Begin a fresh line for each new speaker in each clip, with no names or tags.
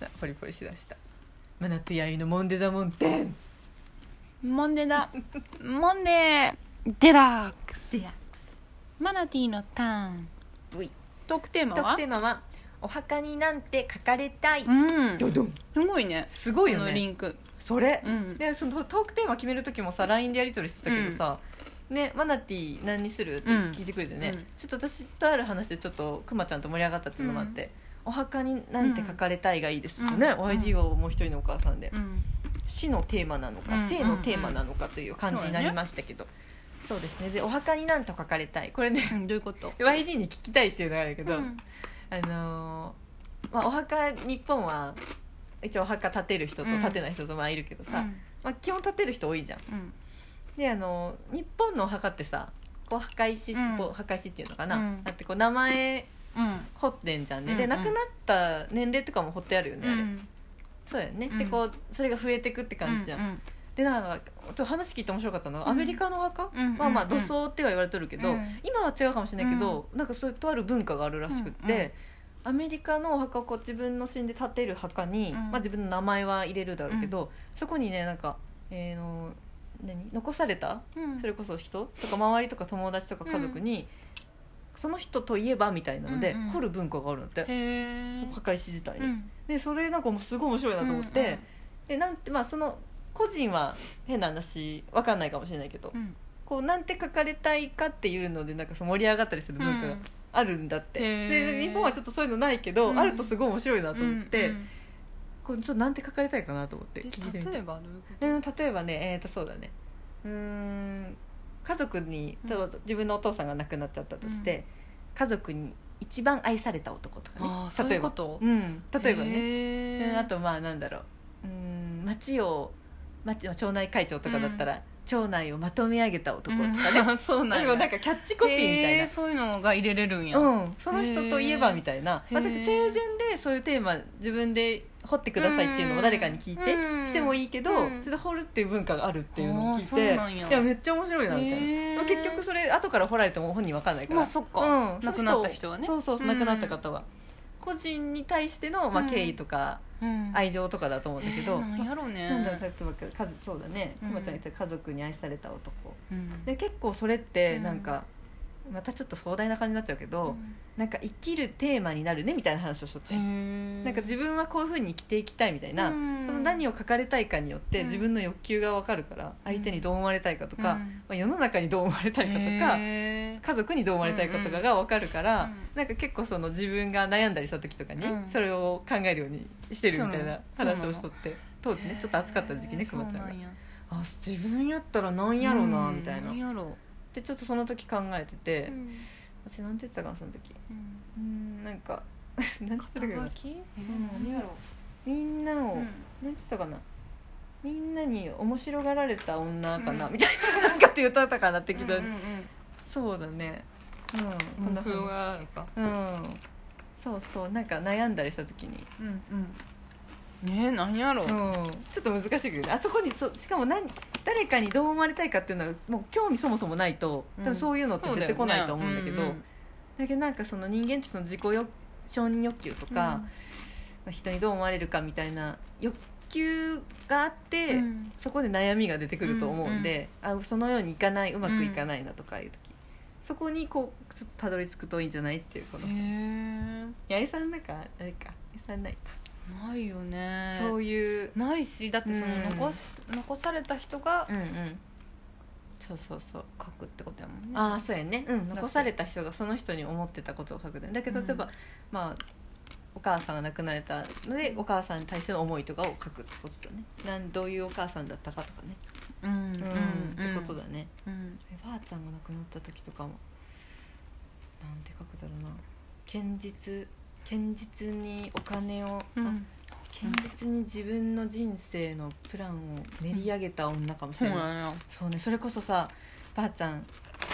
なポリポリしだしたマナとヤイのモンデダモンテン
モンデだモンデデラックス
デラッ
マナティーのターン
クス
トークテーマ
特
は
テーマはお墓になんて書かれたい
うん
ドドン
すごいね
すごいよ
このリ
ね
ンク
それ
う、ん
でそのトークテーマ決める時もさ LINE でやり取りしてたけどさ、ね、マナティー何にするって聞いてくれてね、
うん
ちょっと私とある話でちょっとくまちゃんと盛り上がったっていうのもあって、お墓になんて書かれたいがいいですとかね、
うん
YG はもう一人のお母さんで、
うん
死のテーマなのか、
うん
生のテーマなのかという感じになりましたけど、そうですねでお墓になんと書かれたいこれね、
うんどういうこと
YG に聞きたいっていうのがあるけど、
うん
あのーまあ、お墓日本は一応お墓建てる人と建てない人とまあいるけどさ、
うん
まあ、基本建てる人多いじゃん
うん
であの日本のお墓ってさこう墓石、
うん
こう墓石っていうのかな、
うん
だってこう名前
うん
彫ってんじゃんね、
うんう
で
ん
亡くなった年齢とかも彫ってあるよね、あれそうだよね、
うん
でこうそれが増えてくって感じじゃん、
うん
でなんかちょっと話聞いて面白かったのは、
うん
アメリカのお墓、
うん
まあまあ
うんう
土
ん
葬っては言われてるけど、
うん
今は違うかもしれないけど、なんかそういうとある文化があるらしくって、
うんうん
アメリカのお墓をこう自分の死んで建てる墓に、
うん
まあ、自分の名前は入れるだろうけど、そこにねなんか、えーの何残された
うん
それこそ人とか周りとか友達とか家族に、その人といえばみたいなので、
うんうん
掘る文化があるんだって
へー
墓石自体に、
うん
でそれなんかもうすごい面白いなと思って、でなんてまあその個人は変な話わかんないかもしれないけど、
うんうん
こうなんて書かれたいかっていうのでなんかその盛り上がったりする
う
文化が
ん
あるんだって、
へー
で日本はちょっとそういうのないけど、
うん
あるとすごい面白いなと思って、
うん
こうちょっとなんて書かれたいかなと思って
で
聞いてみた
例えばどういうこと
うん例えばねえー、とそうだねうーん家族に
うん
例えば自分のお父さんが亡くなっちゃったとして、家族に一番愛された男とかね
ああそうい
例え
うこ
ば
と
うん例えばね、
ね
うんあとまあなんだろううーん町を町町内会長とかだったら、町内をまとめ上げた男とかね、
ねそうなん
で
や
もなんかキャッチコピーみたい
へ
な
ーそういうのが入れれるんや
うん、その人といえばみたいな、
へー
まあ、だって生前でそういうテーマ自分で掘ってくださいっていうのを誰かに聞いて
うん
してもいいけど、
うん
それで掘るっていう文化があるっていうのを聞い
あーそ
て
うなんや
いやめっちゃ面白いなみたいな、
へー
でも結局それ後から掘られても本人わかんないから、
まあそっか、
うん
亡くなった人はね
そうそうそう
う
亡
ん
くなった方は、個人に対しての、まあ、
うん
敬意とか
うん
愛情とかだと思うんだけど、
えーなんやろうね
なんだろう例えば家族そうだね、
うん
くまちゃんが言った家族に愛された男
うん
で結構それってなんか、またちょっと壮大な感じになっちゃうけど、なんか生きるテーマになるねみたいな話をしとって、
うん
なんか自分はこういうふうに生きていきたいみたいな、
うん
その何を書かれたいかによって
うん
自分の欲求が分かるから、相手にどう思われたいかとか、
うん
まあ、世の中にどう思われたいかとか、
へー
家族にどう思われたいかとかが分かるから、
うん
なんか結構その自分が悩んだりした時とかに
うん
それを考えるようにしてるみたいな
そうなの
話をしとって当時ねちょっと暑かった時期ね
へー
くまちゃん
そう
が
なや
あ自分やったらなんやろうな
うん
みたいな、
んやろ
でちょっとその時考えてて、
ううん
私なんて言ってたかなその時
うん
うーんなん かなんて言ってたかな
肩書き
うん
何やろ
みんなを、
う
なんんて言ったかなみんなに面白がられた女かな、
うん
みたいななんかって歌ったかなって聞いた、
うんうん
そうだねうん
うん
こんな
工夫
風
があるか
うんそうそうなんか悩んだりした時に、
うんうんねえ何やろ
う、
うん
ちょっと難しいけどねあそこにそしかも何誰かにどう思われたいかっていうのはもう興味そもそもないと、
うん
多分そういうのって
そう
出
だよ
て
ね
こないと思うんだけど、
う
だ
ん
けどなんかその人間ってその自己欲承認欲求と
う
か、
ん
まあ人にどう思われるかみたいな欲求があって、
うん
そこで悩みが出てくると思うんで、あそのようにいかないうまくいかないなとかいう時、そこにこうちょっとたどり着くといいんじゃないっていうこの、
へえ
八重さんなんかあれか八重さんないか、
ないよね
そういう
ないしだってその
うん
残し、残された人が
うんうんそうそうそう
書くってことやもんね
ああそうやね、うん、
だって
残された人がその人に思ってたことを書くねだけど
うん
例えば、まあお母さんが亡くなれたのでお母さんに対しての思いとかを書くってことだねなんどういうお母さんだったかとかね
うんうん
うん、
うん
ってことだね
うん
えばあちゃんが亡くなった時とかもなんて書くだろうな堅実堅実にお金を、
う
あ
ん
堅実に自分の人生のプランを練り上げた女かもし
そう
れない、
なんや
そうねそれこそさばあちゃん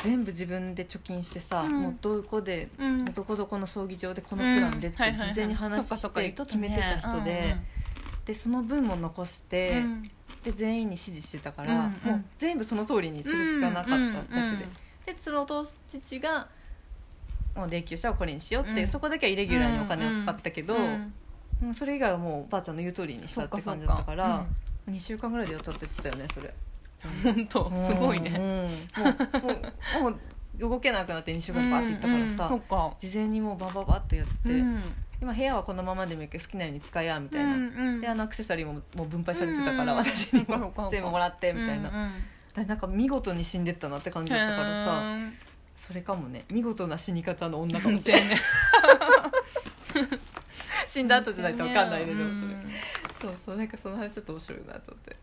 全部自分で貯金してさ、
うん
もうどこで、
うん
どこどこの葬儀場でこのプランでって
うんはいはいはい
事前に話
そっかそ
し
っか
て
言っとった
決
ね
めてた人で、でその分も残し
う
て、
ん
で全員に指示してたから、
うんうん
もう全部その通りにするしかなかっただけで、
うんうん
でそのお父父がもう霊柩車をこれにしようって、
うん
そこだけはイレギュラーにお金を使ったけど、
うん
うん、それ以外はもうおばあちゃんの言う通りにした
そ
っ
っか
て
そっ
感じだった
か
から、2週間ぐらいでやったって言ってたよねそれ
うん本当すごいね
うんもうもうもう動けなくなって2週間バーっていったからさ、
うんうんそっか
事前にもうバババッとやって、
うん
今部屋はこのままでもいいけど好きなように使えやみたいな、
うんうん
であのアクセサリーももう分配されてたから、
うん
私に
そっかそっかそっ
も
か
全部もらってみたいな、
うんうん
でなんか見事に死んでったなって感じだったからさそれかもね見事な死に方の女かもしれない 死んだ後じゃないと分かんないねでもそれ、そうそうなんかその話ちょっと面白いなと思って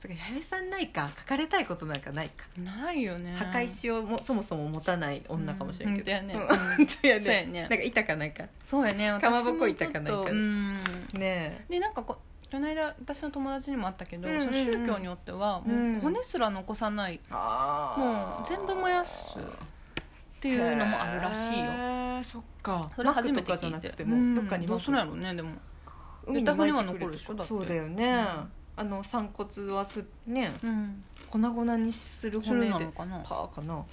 それから弥生さんないか書かれたいことなんかないか
うんないよね
破壊しようもそもそも持たない女かもしれんけど、
うん
うん
本
本当やね
そうやね
なんかいたかなんか
そうやね
かまぼこいたかないか
私もちょっとうん
ね
でなんかここの間私の友達にもあったけど、
うんうんうん
その宗教によっては
うん
もう骨すら残さないっ
えあ
もう全部燃やすていうのもあるらしいよ
よそっか
それ初めて
マックとかじゃ
聞
ない
て
くても、
うん
どっかに
どうするんやろうねでも絶対骨は残るでしょだって
そうだよね、
うん
あの散骨はすね
うん
粉々にする
そ
骨
れな
で
のかな
パーかな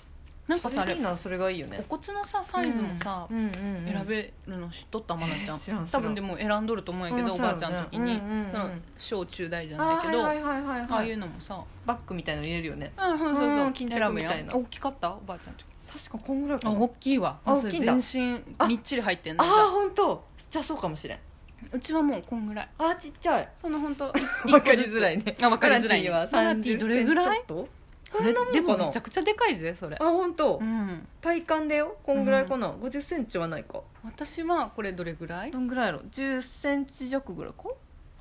なんかさあ
それ
れ
いいなそれがいいよ
お
ね
骨のさサイズもさ、
うんうんうん
選べるの知っとったまなちゃん,、
知らん知ら
多
ん
分でも選んどると思うんやけど、
うん
おばあちゃんの時に、
そうやねうんうんうん
その小中大じゃ
あ
ない
ー
けどあ,、
はいはいはいはい、はい、
あいうのもさ、
バッグみたいの入れるよね
うんうん、そうそう
うん巾着みたいな
選ぶやん大きかったおばあちゃんの時
確かこんぐらいか
あ
な
大きいわ
あ
それ
大きいんだ
全身みっちり入ってんの
あ
じ
あ本当じゃあそうかもしれん
ゃあうちはもうこんぐらい
あーちっちゃい
その 本当
わかりづらいね
あわかりづらいね
マナティーは
マナ
30
ティーどれぐらい
センチちょっこ
これ
んなもんかな
でもめちゃくちゃでかいぜそれ
とあ本当、
うん
体感だよこんぐらいかな、50センチはないか
私はこれどれぐらい
どんぐらいやろ10センチ弱ぐらいか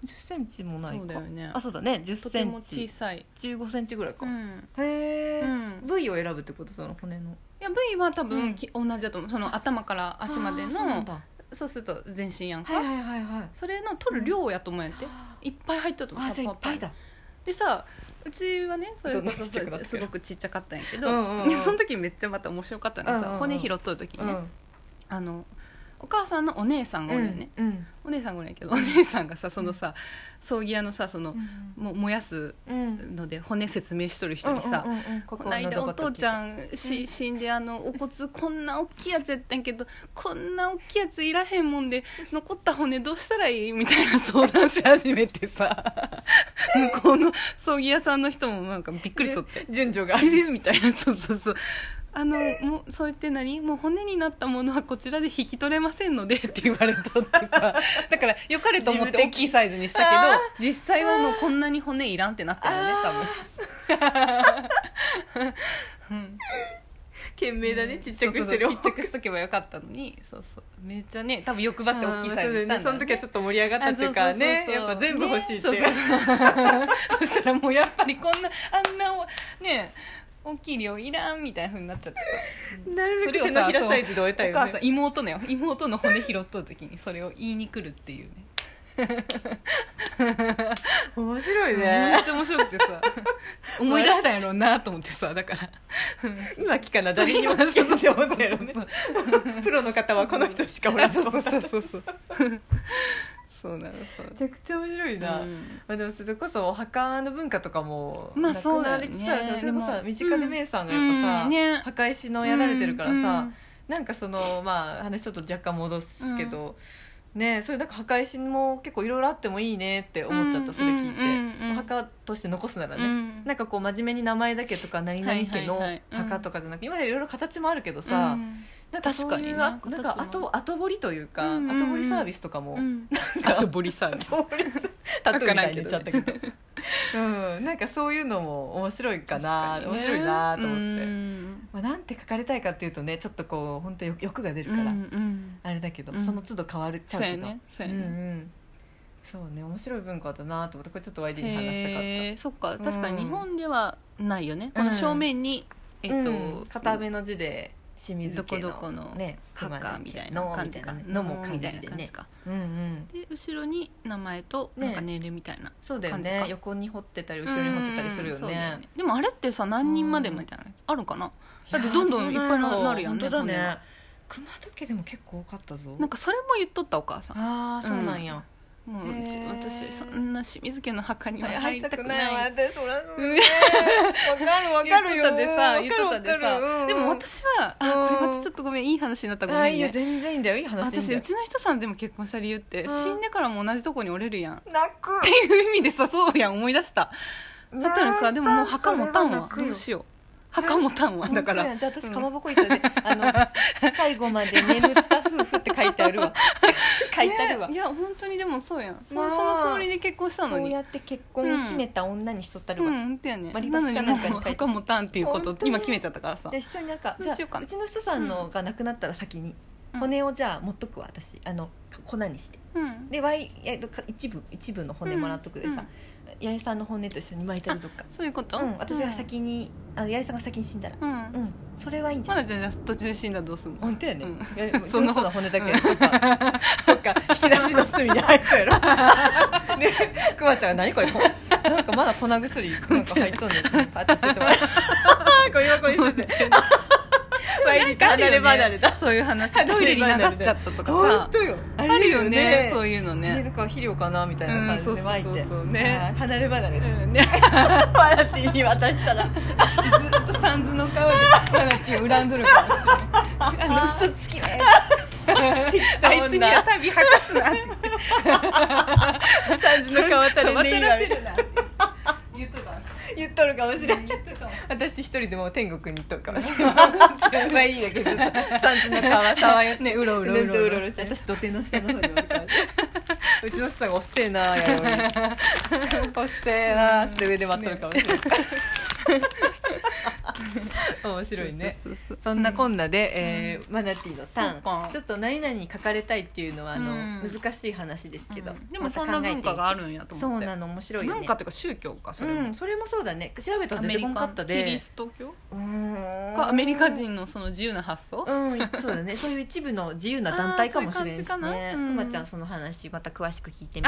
10センチもないか
そうだよね
あそうだね10
と
セ
て
ン
も小
チ
さい
15センチぐらいか、
ん
へえ、
うん
部位を選ぶってことその骨の
いや V は多
うん
分き同じだと思うその頭から足まで
あーそうなん
の
だ
そうすると全身やん
はいは
か
いはいはい
それの取る量やと思うんやっていっぱい入っとると思
あ
う
じゃあいっぱいだ
でさうちはねそれこ
どんどん
そ
ちっちゃくなって
すごくちっちゃかったんやけど
うんうんうん
で その時めっちゃまた面白かったのが
うんうん
さ
うん
骨拾っとる時にね、
うん
あのお母さんのお姉さんがおるよね、
うんうん
お姉さんがおるんやけどお姉さんがさそのさ葬儀屋のさその、もう燃やす
うん
ので骨説明しとる人にさ、
うんうんうんうんこ
こないだお父ち
ん
ゃんし死んであのお骨こんな大きいやつやったんやけどこんな大きいやついらへんもんで残った骨どうしたらいいみたいな相談し始めて さ向こうの葬儀屋さんの人もなんかびっくりしとって
順序が
あれみたいなそうそうそうあのもうそう言って何もう骨になったものはこちらで引き取れませんのでって言われとってさだから良かれと思って大きいサイズにした
あ
けど実際はもうこんなに骨いらんってなったよね多分
懸命だねちっちゃくしてる
そうそうそうちっちゃくしとけばよかったのにそうそうめっちゃね多分欲張って大きいサイズにしたんだよ、ね、
その時はちょっと盛り上がったっていうかねやっぱ全部欲しいって
ねそうそうそう そしたらもうやっぱりこんなあんなおね大きい量いらんみたいなふうになっちゃって
なるべく手のひらサイズで終えた
さお
よ
母さ
ね
ん妹のよ妹の骨拾っとる時にそれを言いに来るっていうね
面白い
めっ
ね
ちゃ面白くて さ思い出したんやろうなと思ってさだから
今聞かな誰にも聞けずって思ったよねプロの方はこの人しかおらんと
そう
思
そう
った
そうそうそうそうなのそう
めちゃくちゃ面白 いな、
うん
まあ、でもそれこそお墓の文化とかも
まあ
なくなりつつあるから
そうだよね
れこ
で
そ
も
身近でメイさんがやっぱさ、
うんね
墓石のやられてるからさ、
うん
なんかそのまあ話ちょっと若干戻すけど、ねそれなんか墓石も結構いろいろあってもいいねって思っちゃった、
うん
それ聞いて、
うんうんうん
お墓として残すならね、
うん
なんかこう真面目に名前だけとか何々家の
はいはいはいうん
墓とかじゃなくて今までいろいろ形もあるけど
う
さ、
ん
なんかそういう
確
なん
かにね
か
形も
後後掘りというか、
うんうんうん
後掘りサービスとかも、
うん、あとボリサービス
後掘りタトゥーみたいに言っちゃったけどうん、なんかそういうのも面白いかな面白いなと思って、
て
まあ、なんて書かれたいかっていうとねちょっとこう本当欲欲が出るから、
うんうん、
あれだけど、
うん
その都度変わるちゃ
そう
け
うや
ど
ねそううんや
う
ね、
んそうね面白い文化だなと思ってこれちょっと YD に話したかっ
へえそっか
ん
確かに日本ではないよね、この正面に、
た、
えっと、
うん片目の字で清水家の
どこどこの
ね
ハッカーみたいな
の
感じか
みたいなのも
の
感
み
じ
た
で
いな感
ね
じか
うんうん
で後ろに名前と
ね
なんか年齢みたいな、
そうだよ
感じ
ね
か
横に掘ってたり後ろに掘ってたりするよ
うんそうだ
ね
でもあれってさ何人までみたいなのあるかなだってどんどんいっぱいななるや
本
んね
当だ
骨
ね
が
熊時でも結構多かったぞ
なんかそれも言っとったお母さん
ああそうなんや、
もう、
へー
ち私そんな清水家の墓には入りたくない
わ私そら
うん
わかるわかるよ
言っとったでさ
わ
言っ
かる
とっ
わ
た
か
で
る
さ、でも
うん
私はあこれまたちょっとごめんいい話になったらご
あ
め
い
ん
いよ
ね
全然いいんだよいい話いいん
私
だよ
うちの人さんでも結婚した理由って
うん
死んでからも同じとこに折れるやんっ
泣く
ていう意味でさそうやん思い出しただったらさでももう墓持たんわどうしよう墓持たんわ だから
本当やじゃあ私かまぼこ行ったで、あの最後まで眠った夫婦って書いてある わ書いてあるわ、
ねいや本当にでもそうやんそ
なあ
うそのつもりで結婚した
そ
の
う
に
やって結婚を決めた女にしとったる
う
わ、
んってやね
割り
なの
箸
に
かな
もうん
かに書いて
墓持たんっていうこ
本
と
当に
今決めちゃったからさ
で一緒になんか
ど
じ
う
ゃ
しようか
あ
な
うちの人さんのが亡くなったら先に、
うん
骨をじゃあ持っとくわ私あの粉にして
うん
でわいえっとか一部一部の骨もらっとくでさ、八重さんの骨と一緒に巻いてるとか
うんそういうこと
うん私が先に、あの八重さんが先に死んだら
うん
うん、それはいいんじゃな
ま
い
だじゃあ途中で死んだらどうすんの
本当やね、
うん
いやもう
その
その骨だけ、
うん
とかとか引き出しの隅に入ったや ろでクマちゃんが「何これこなんかまだ粉薬なんか入っとんねん」ってパッとしてても らうこう横にしてて
なんかあるよね
だ
そういう話 トイレに流しちゃったとかさ
本当よ
あるよねそう
いう
いうの
寝
ね
るか肥料かなみたいな感じで湧いて、
うんそうそうそうそうね
はい離れ離れ
う
で、
んね
笑って言い渡したら
ずっとサンズの顔でマナティーを恨んどるかもしれないあの嘘つきめあいつには旅吐かすなって
感じの顔たれねいわみたいな
言っとった
言っとるかもしれん
言っとった
私一人でもう天国に行っとるかもしれないまあいいやけど 三つの川沢よ
ねうろうろ
うろうろして私土手の下の方におるからうちの人がおっせえなやろうおっせえなーって上で待っとるか もしれない面白いね
そうそう
そんなこんなで、えーマナティーのタ
そうか
ーンちょっと何々に書かれたいっていうのはあの、
うん
難しい話ですけど、
うんでもそんな文化があるんやと
そ
思
う
って
なの面白いよね
文化っていうか宗教かそれ
う
も
ん、それもそうだね調べた
ア
ら出
メ
て
リ
こんか
カ
った
ン
で
キリスト教
うーん
かアメリカ人のその自由な発想
うんそうだねそういう一部の自由な団体かもしれんし
あーそういう感じ
ね
かな
く
うん
まちゃんその話また詳しく聞いてみて